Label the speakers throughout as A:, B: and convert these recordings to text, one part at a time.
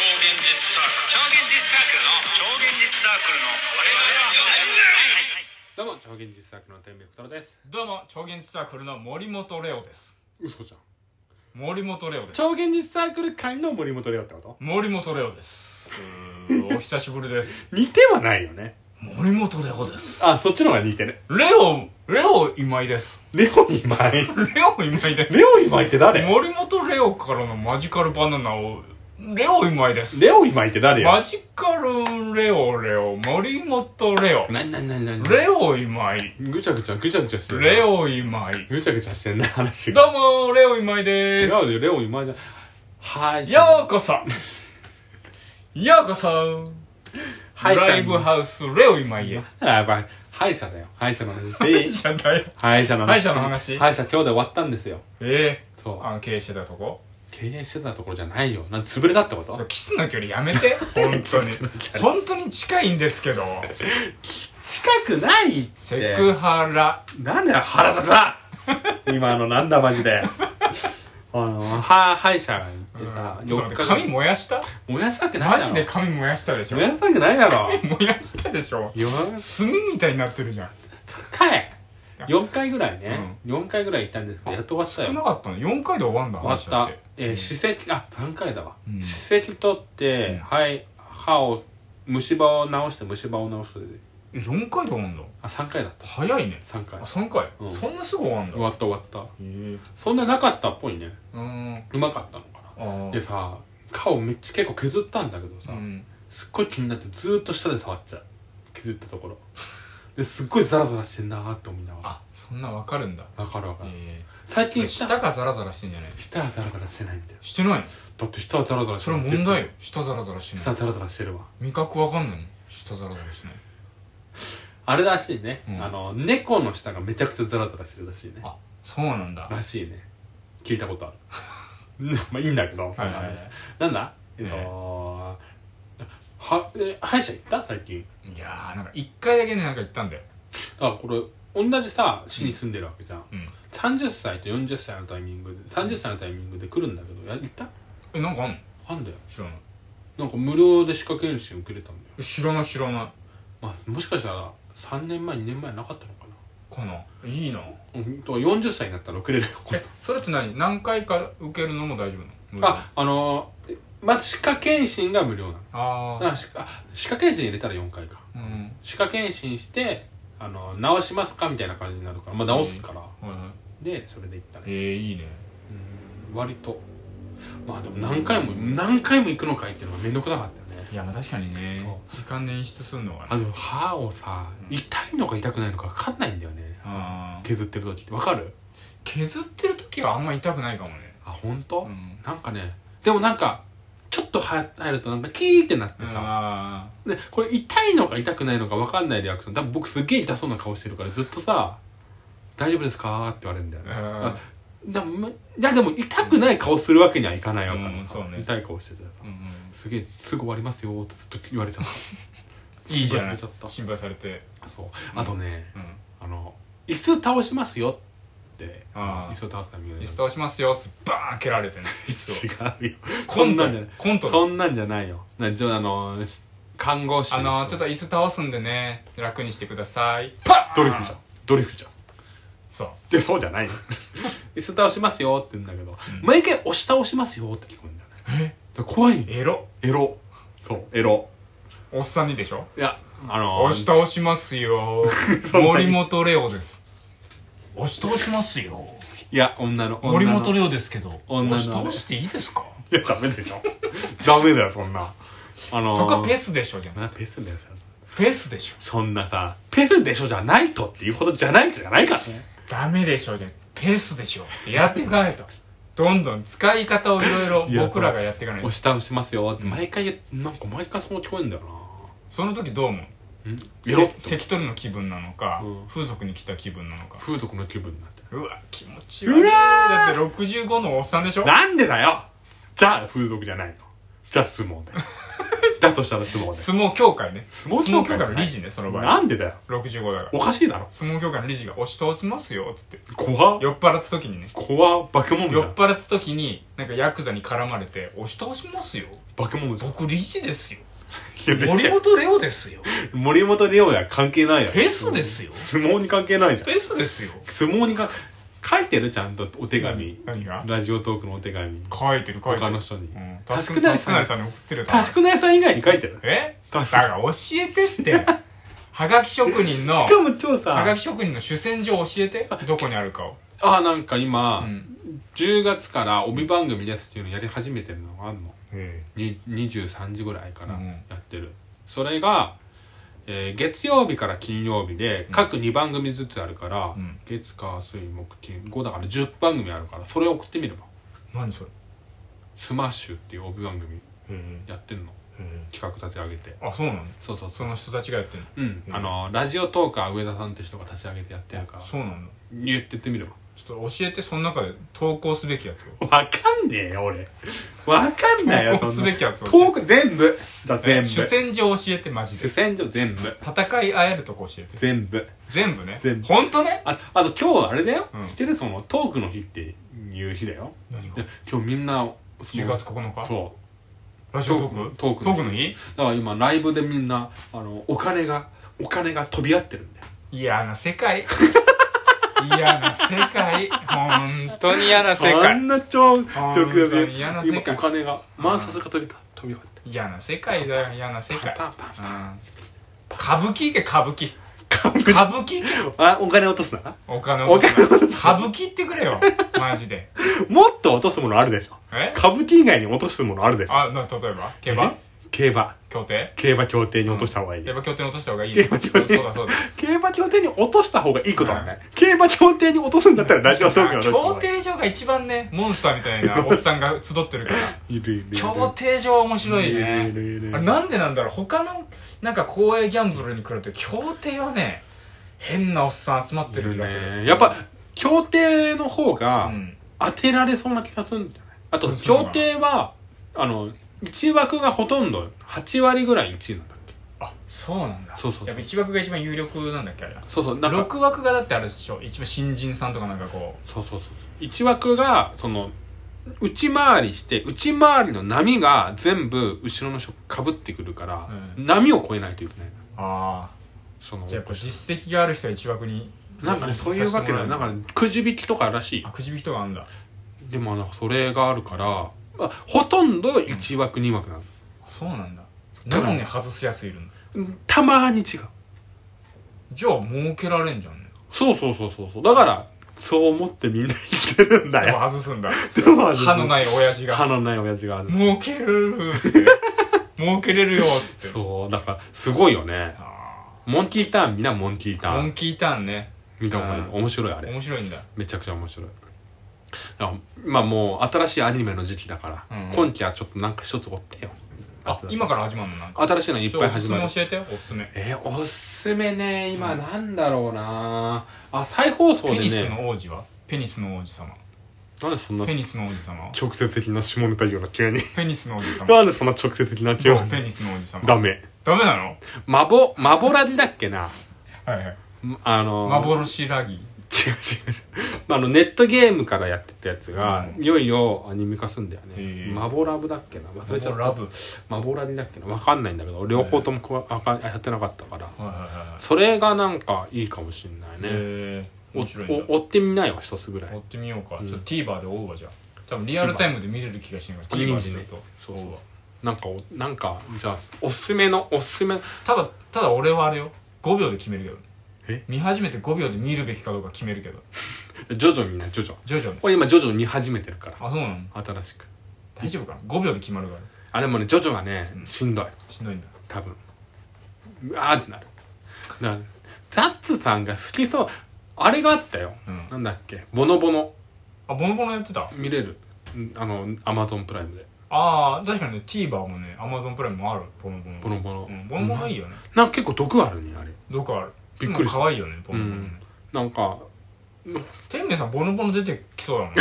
A: 実サークル超現実サークルの超現実サークルの我々は
B: どうも超現実作の天明太郎です
C: どうも超現実サークルの森本レオです
B: 嘘じゃん
C: 森本レオです
B: 超現実サークル会の森本レオってこと
C: 森本レオですうーお久しぶりです
B: 似てはないよね
C: 森本レオです
B: あそっちの方が似てる
C: レオレオ今井です
B: レオ今井
C: レオ今井です
B: レオ今井って誰
C: 森本レオからのマジカルバナナをレオ今井です
B: レオ今井って誰
C: マ
B: よ
C: ジカルレオレオ森本レオ
B: なになになになに
C: レオ今井
B: ぐちゃぐちゃぐちゃぐちゃしてるな
C: レオ今井
B: ぐちゃぐちゃしてんな話
C: ど
B: が
C: うもレオ今井
B: 違
C: で
B: う
C: す
B: よレオ今井じゃはい
C: ようこそようこそ
B: 歯医者に
C: ライブハウスレオ今井へ
B: あやばい歯医者だよ歯医者の話していい
C: じゃない
B: 歯医者の話
C: 歯医者の話
B: 歯医者ちょうど終わったんですよ
C: え
B: そ
C: え
B: う
C: あの経営してたとこ
B: 経営してたところじゃないよなん潰れたってこ
C: ちょっ
B: と
C: とキスの距離やめて本当に本当に近いんですけど
B: 近くないって
C: セクハラ
B: なんだよ、腹立つな 今のなんだマジ で。あの、歯、歯医者が行ってさ
C: う、んちょっと待って
B: 四日間
C: 髪燃やした
B: 燃やしたくないだ
C: マ
B: ろ。
C: ジで髪燃やしたでしょ
B: 燃やしたくないだろ。
C: 燃やしたでしょ
B: よ、
C: 炭みたいになってるじゃん
B: 高い !4 回ぐらいね、
C: う
B: 4回ぐらい行ったんですけど、やっと終わった
C: 少な
B: よ。
C: かったの4回で終わんだ
B: 終わっ
C: 歯医者
B: た
C: て。
B: えー、歯石、あ、3回だわ。
C: うん
B: 歯石取っ
C: うん
B: て、はい、歯を、虫歯を直して虫歯を直してで。
C: え4回で終わんだ
B: あ、3回だった。
C: 早いね
B: 3回
C: あ。3回、
B: うん
C: そんなすぐ終わんだ
B: 終わった終わった。
C: えー、
B: そんななかったっぽいね。
C: うーんあ
B: うまかったのかな。
C: あ
B: でさ、顔めっちゃ結構削ったんだけどさ、
C: うん
B: すっごい気になってずーっと舌で触っちゃう削ったところ ですっごいザラザラしてんなーって思いなが
C: あそんなわかるんだ
B: らわかるわかる、
C: え
B: 最
C: え
B: 近
C: 舌
B: 舌
C: がザラザラしてんじゃない
B: 舌はザラザラしてないんだよ
C: してない
B: だって舌はザラザラして
C: そ
B: る
C: れ問題よ舌ザラザラしてな
B: 舌
C: い
B: ザラザラしてるわ
C: 味覚わかんないの舌ザラザラしてない
B: あれらしいね、
C: うん
B: あの猫の舌がめちゃくちゃザラザラしてるらしいね
C: あそうなんだ
B: らしいね聞いたことある まあいいんだけど、
C: はいはいはい
B: なんだえ
C: え
B: っ
C: え
B: とはえ歯医者行った最近
C: いやーなんか一回だけねなんか言ったんだよ
B: あこれ同じさ市に住んでるわけじゃん
C: うん
B: 30歳と40歳のタイミングで30歳のタイミングで来るんだけどや行った
C: えなんかあんの
B: あんだよ
C: 知らない
B: なんか無料で歯科検診受けれたんだよ、
C: え知らない知らな
B: まあ、もしかしたら3年前2年前なかったのか
C: いかないいな
B: なうんと40歳になったら受けれるよ
C: えそれって何何回か受けるのも大丈夫なの無料
B: ああのーえまず歯科検診が無料なの
C: あ
B: だか
C: ー
B: ら歯科あ歯科検診入れたら4回か
C: うん
B: 歯科検診してあの直しますかみたいな感じになるから、まあ、直すから、
C: はいはい
B: でそれで行った
C: え
B: ね、
C: ー、いいね
B: うん、割とまあでも何回も何回も行くのかいっていうのが面倒くさかったよね
C: いやまあ確かにね
B: そ
C: 時間捻出するのが
B: あの歯をさ
C: うん
B: 痛いのか痛くないのか分かんないんだよね
C: あー
B: 削ってる時って分かる
C: 削ってる時はあんま痛くないかもね
B: あ本当、
C: うん
B: なんかねでもなんかちょっと歯入るとなんかキーってなってさ、
C: ああ
B: でこれ痛いのか痛くないのか分かんないリアクション多分僕すげえ痛そうな顔してるからずっとさ「大丈夫ですか?」って言われるんだよね
C: あ
B: でもまいやでも痛くない顔するわけにはいかないわけ、
C: うんそうね
B: 痛い顔してたらさ
C: ーうん
B: すげえすぐ終わりますよってずっと言われちゃった
C: いいじゃない
B: 心配されち
C: 心配されて、
B: ゃったそうあとね、
C: うん、
B: あの椅子倒しますよって
C: ああ
B: 椅子を倒すタイミングで
C: 椅子倒しますよってバーン蹴られてね 椅子を
B: 違うよ
C: コント
B: そんなんじゃない
C: コント
B: そ
C: の
B: んなんじゃないよなじゃああのし看護師
C: あの
B: 人
C: ちょっと椅子倒すんでね楽にしてくださいパ
B: ドリフじゃんドリフじゃん
C: そう
B: でそうじゃ ないよ椅子倒しますよって言うんだけど、
C: うん
B: 毎回押し倒しますよって聞こえるんだよね
C: え
B: だから怖いよ
C: エロ
B: エロそうエロ
C: おっさんにでしょ
B: いやあの
C: 押し倒します よ
B: そんなに
C: 森本レオです押し倒しますよ
B: いや女の
C: 森
B: 女の
C: 本レオですけど
B: 女の
C: 押し倒していいですか
B: いやダメでしょダメだよそんなあの
C: そこはペスでしょじゃん
B: なペスだよそれ
C: ペスでしょ
B: そんなさペスでしょじゃないとっていうほどじゃないじゃないからね
C: ダメでしょじゃんペースでしょってやっていかないとどんどん使い方をいろい
B: い
C: ろ
B: や
C: 僕らがやっていかないと
B: 押し倒しますよって毎回なんか毎回そう聞こえるんだよ
C: その時どう思うん
B: エロっ
C: せ
B: て
C: 関取の気分なのか、
B: うん
C: 風俗に来た気分なのか
B: 風俗の気分になって
C: うわ気持ち悪いう
B: わー
C: だって65のおっさんでしょ
B: なんでだよじゃあ風俗じゃないのじゃあ相撲だよだとしたら相撲ね
C: 相撲協会ね
B: 相撲協会
C: 相撲の理事ねその場合
B: なんでだよ
C: 65だから
B: おかしいだろ
C: 相撲協会の理事が押し通しますよっつって
B: 怖っ
C: 酔っ払った時にね
B: 怖っ化け物じゃ
C: 酔っ
B: ん
C: 払った時になんかヤクザに絡まれて押し倒しますよ
B: 化け物じゃん
C: 僕理事 ですよ
B: いや別
C: 森
B: に
C: 本レオですよ
B: 森本レオや関係ないやろ
C: ペースですよ
B: 相撲に関係ないじゃん
C: ペースですよ
B: 相撲にか書いてるちゃんとお手紙
C: 何が
B: ラジオトークのお手紙
C: 書いてる書いて
B: 他
C: る
B: の人に
C: うんタス
B: タス
C: ク
B: ク
C: ナ
B: ナ
C: イ
B: イ
C: さ
B: さん
C: んに送ってるよ
B: タスクナイさん以外に書いてる
C: えだ
B: タス
C: から教えてってはがき職人の
B: しかも今日
C: はが
B: さ
C: き職人の主戦場教えてどこにあるかを
B: あなんか今、
C: うん
B: 10月から帯番組ですっていうのやり始めてるのがあんの
C: え
B: に23時ぐらいから
C: うん
B: やってる、それが、えー月曜日から金曜日で
C: うん
B: 各2番組ずつあるから、
C: うん
B: 月火水木金5だから10番組あるからそれ送ってみれば
C: 何それ
B: スマッシュっていう帯番組
C: へ
B: やってんの
C: え
B: 企画立ち上げて
C: あそうなの
B: そうそうそ
C: そうの人たちがやってるの
B: うん、
C: うん
B: あのラジオトーカー上田さんって人が立ち上げてやってるから
C: そうなんだ
B: 言ってってみれば
C: ちょっと教えてその中で投稿すべきやつを
B: わかんねえよ俺わかんないよ
C: 投稿
B: そ
C: す
B: んな
C: べきやつを
B: トーク全部じゃあ全部
C: 主戦場教えてマジ
B: 主
C: で
B: 戦場全部
C: 戦い合えるとこ教えて
B: 全部
C: 全部ね
B: 全部
C: 本当ね
B: ああと今日はあれだよ、
C: うん
B: 知ってるそのトークの日っていう日だよ
C: 何が
B: で今日みんなその
C: 10月9日
B: そう
C: ラジオトーク
B: トーク
C: トークの日
B: だから今ライブでみんなあのお金がお金が飛び合ってるんだよ
C: 嫌な世 界嫌な世界本当に嫌な世
B: あ
C: 界
B: んな超
C: あ
B: 直
C: ー本当
B: で
C: に嫌な世
B: 今
C: 界
B: お金が万札が飛び飛び合って
C: 嫌な世界だよ嫌な世界
B: パンパンパン
C: うん歌舞伎行け歌舞伎
B: 完
C: 歌舞伎行け
B: あお金落とすな
C: お金落とすな歌舞伎行ってくれよマジで
B: もっと落とすものあるでしょ
C: え
B: 歌舞伎以外に落とすものあるでしょ
C: あな例えば競馬
B: え競馬
C: 競艇
B: 競馬協定に落とした方がいい、
C: 競馬競艇に落とした方がいいね
B: 競馬競艇
C: そうだそうだ
B: 競馬協定に落とした方がいいことはない、
C: う
B: 競馬協定に落とすんだったらラジオトークに落とした方
C: 競
B: がい
C: 艇場が一番ねモンスターみたいなおっさんが集ってる から
B: いいるいるいる
C: 競艇場面白い
B: いる
C: ね
B: いるいる
C: あれなんでなんだろう他のなんか公営ギャンブルに比べて競艇はね変なおっさん集まってる気がす
B: い
C: る
B: るねやっぱ協定の方
C: う
B: が
C: ん
B: 当てられそうな気がするんじゃないあ
C: う
B: と
C: んそうな
B: 協
C: の
B: 定はあの1枠がほとんど8割ぐらい1位なんだっけ
C: あそうなんだ
B: そうそうそう
C: やっぱ1枠が一番有力なんだっけあれ
B: そうそうなんか
C: 6枠がだってあるでしょ一番新人さんとかなんかこ
B: そうそうそう1枠がその内回りして内回りの波が全部後ろの人かぶってくるから、
C: う
B: 波を越えないといけないの
C: うあ
B: その
C: あじゃあやっぱ実績がある人は1枠に
B: なんかねそういうわけだよなんか、ね、くじ引きとからしい
C: あくじ引きとかあるんだ
B: でもなんかそれがあるから、まあ、ほとんど1枠2枠なの
C: あそうなんだなのに外すやついるんだ
B: うんたまに違う
C: じゃあ儲けられんじゃんね
B: そうそうそうそうそうだからそう思ってみんな言ってるんだ
C: でも
B: よ
C: 外すんだ
B: でも
C: 歯の
B: い
C: ない親父が
B: 歯のない親父が
C: 儲けるっ つって儲けれるよっつって
B: そうだからすごいよね
C: あ
B: モンキーターンみんなモンキータ
C: ーモ
B: ー
C: ン
B: ン
C: キーターンね
B: 見たことない面白いあれ
C: 面白いんだ
B: めちゃくちゃ面白いだからまあもう新しいアニメの時期だから、
C: うん
B: 今期はちょっとなんか一つ追ってよ
C: あ今から始まるのなんか
B: 新しいのいっぱい始ま
C: ち
B: る
C: ょおすすめ教えてよおすすめ
B: えーおすすめね今なんだろうなあ再放送
C: ペ
B: で
C: ニス
B: ね
C: の王子はペニスの王子様
B: なんでそんな
C: ペニスの王子様は
B: 直接的な下ネタ言うの急に
C: ペニスの王子様
B: なんでそんな直接的な急に
C: ペニスの王子様
B: ダメ
C: ダメなの
B: マボマボラジだっけな
C: はいはい
B: あの
C: 幻ラギ
B: 違う違う違う あのネットゲームからやってたやつが、
C: うん
B: いよいよアニメ化すんだよ
C: へ
B: ね
C: え
B: マボラブだっけな忘れちゃった
C: ラブ
B: マボラジだっけなわかんないんだけど両方ともこわあかやってなかったから
C: はいはいはい
B: それがなんかいいかもしんないね、
C: えー、
B: お
C: 面白いんだ
B: お追ってみないわ一つぐらい
C: 追ってみようか、
B: うん
C: ちょっと TVer で追うわじゃあ多分リアルタイムで見れる気がしないから TVer でちょっと
B: そう
C: 追
B: そう
C: わ
B: なんかおなんかじゃあおすすめのおすすめ
C: ただただ俺はあれよ5秒で決めるけどね
B: え
C: 見始めて5秒で見るべきかどうか決めるけど
B: 徐々にね徐々
C: 徐々に
B: 俺今徐々に見始めてるか
C: あそうなの
B: ら新しく
C: 大丈夫かな5秒で決まるか
B: あでもね徐々がね
C: うん
B: しんどい
C: らしんどいんだ
B: 多分うわーってなるだからザッツさんが好きそうあれがあったよ
C: うん
B: なんだっけボノボノ
C: あボノボノやってた
B: 見れるんあのアマゾンプライムで
C: ああ確かにね TVer もね Amazon プライムもあるボノボノ
B: ボノボノ、
C: うんボノボノいいよね
B: なんか結構毒あるねあれ
C: どこある
B: びっくりした
C: 可愛いよねボノボノね、
B: うんなんか
C: 天明さんボノボノ出てきそうだもん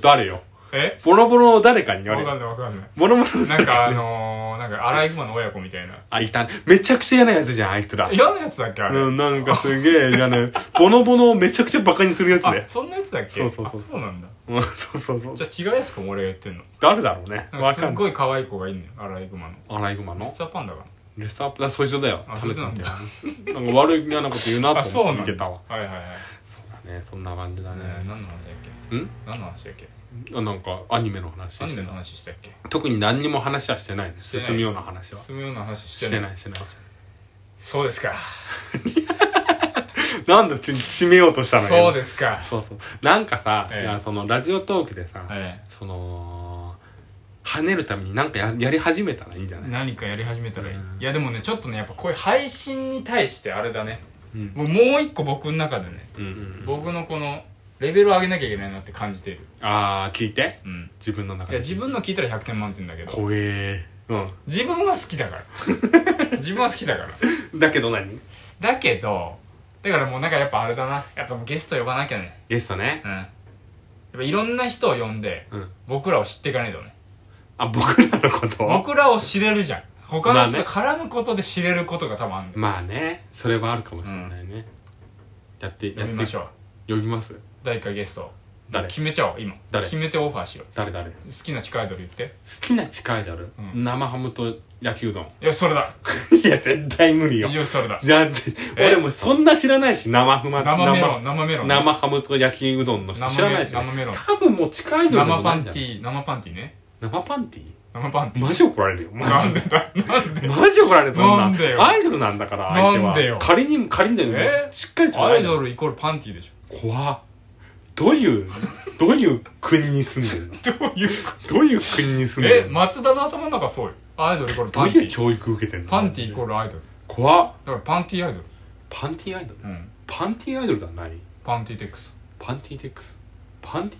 B: 誰よ
C: え
B: ボロボロの誰かに言わ
C: わ
B: れる
C: かんないわかんない。
B: ボロボロの
C: なん
B: 誰
C: か
B: か
C: あ
B: に
C: のー、なんかアライグマの親子みたいな。
B: あいためちゃくちゃ嫌なやつじゃんあいつら
C: 嫌なやつだっけあれ。
B: うんなんかすげえ嫌なボノボノをめちゃくちゃバカにするやつ
C: あ
B: ね、
C: そんなやつだっけ
B: そうそうそう
C: あそうなんだ。
B: うんそうそうそう
C: じゃあ違うやつかも俺が言ってんの。
B: 誰だろうね
C: なんか
B: わ
C: す
B: か
C: っ
B: んない
C: ごい可愛い子がいんのよ、アライグマの。
B: アライグマ
C: レッ
B: の
C: サーパンダが。
B: レスターアップだそいつだよ
C: あそいつなんだ
B: よなんか悪い嫌なこと言うなと
C: あ、そう
B: 思
C: な
B: って
C: ん
B: 見てた
C: だ。
B: わ
C: はいはいはい。
B: そうだねそんな感じだね
C: ねえ何の話だっけ
B: うん
C: 何の話だっけ
B: あなんかアニメの話
C: アニメの話したっけ
B: 特に何にも話はしてないね
C: してない
B: 進むような話は
C: 進むような話して
B: し
C: な
B: て
C: い
B: ないしてない
C: そうですか
B: なんでち締めようとしたの
C: そうですか
B: すそうそうなんかさ、
C: ええ
B: いやそのラジオトークでさ、
C: はい
B: その跳ねるためになんかややり始めたらいいんじゃない、
C: 何かやり始めたらいい
B: うん
C: いやでもねちょっとねやっぱこういう配信に対してあれだね
B: うん
C: もうもう一個僕の中でね
B: うんうん、
C: 僕のこのレベルを上げなきゃいけないなって感じてる
B: ああ聞いて
C: うん
B: 自分の中
C: いや
B: で
C: 自分の聞いたら100点満点だけど
B: 怖えー
C: 自分は好きだか ら自分は好きだから
B: うんだけど何
C: だけどだからもうなんかやっぱあれだなやっぱもうゲスト呼ばなきゃね
B: ゲストね
C: うんやっぱいろんな人を呼んで
B: うん
C: 僕らを知っていかないとね
B: あ僕らのこと
C: 僕らを知れるじゃん他の人と
B: ま
C: 絡むことで知れることが多分あるんだよ
B: まあねそれはあるかもしれないね、やってや
C: や
B: っ
C: り
B: て
C: ましょう
B: 呼びます
C: 誰かゲスト
B: 誰
C: 決めちゃおう今
B: 誰
C: 決めてオファーしよう
B: 誰誰好
C: 好きな近いアイドル言って
B: きな近いである、
C: うん
B: 生ハムと焼きうどん
C: よしそれだ
B: いや絶対無理よ
C: よしそれだ
B: だって
C: え
B: 俺もそんな知らないし生ハム
C: 生メロン生メロン
B: 生ハムと焼きうどんの人知らないし、
C: 生メロン
B: 多分もう近いの
C: 生パンテ
B: ィ
C: ィー生パンティーね
B: 生パンティ
C: 生パンティ
B: マジ怒られるよ
C: ーな
B: マ
C: ん
B: ジ
C: で
B: で
C: だなんで
B: マジ怒られるそんな
C: なんでよ
B: アイドルなんだから相手は
C: なんでよ
B: 仮にも仮にだよ
C: え
B: ねしっかりと
C: アイドルイコールパンティーでし
B: 怖っどういうどういう国に住んでるの
C: ょどういう
B: どういう国に住んで
C: え
B: るの
C: 松田の頭の中そうよアイドルイコール
B: ど
C: パ
B: う
C: ンテ
B: いう
C: ィー
B: 教育受けてんの
C: パンティーイコールアイドルだ
B: 怖っ
C: からパンティーアイドル
B: パンティアイドル
C: うん
B: パンティアイドルだない
C: パンティーテックス
B: パンティテックスパンティ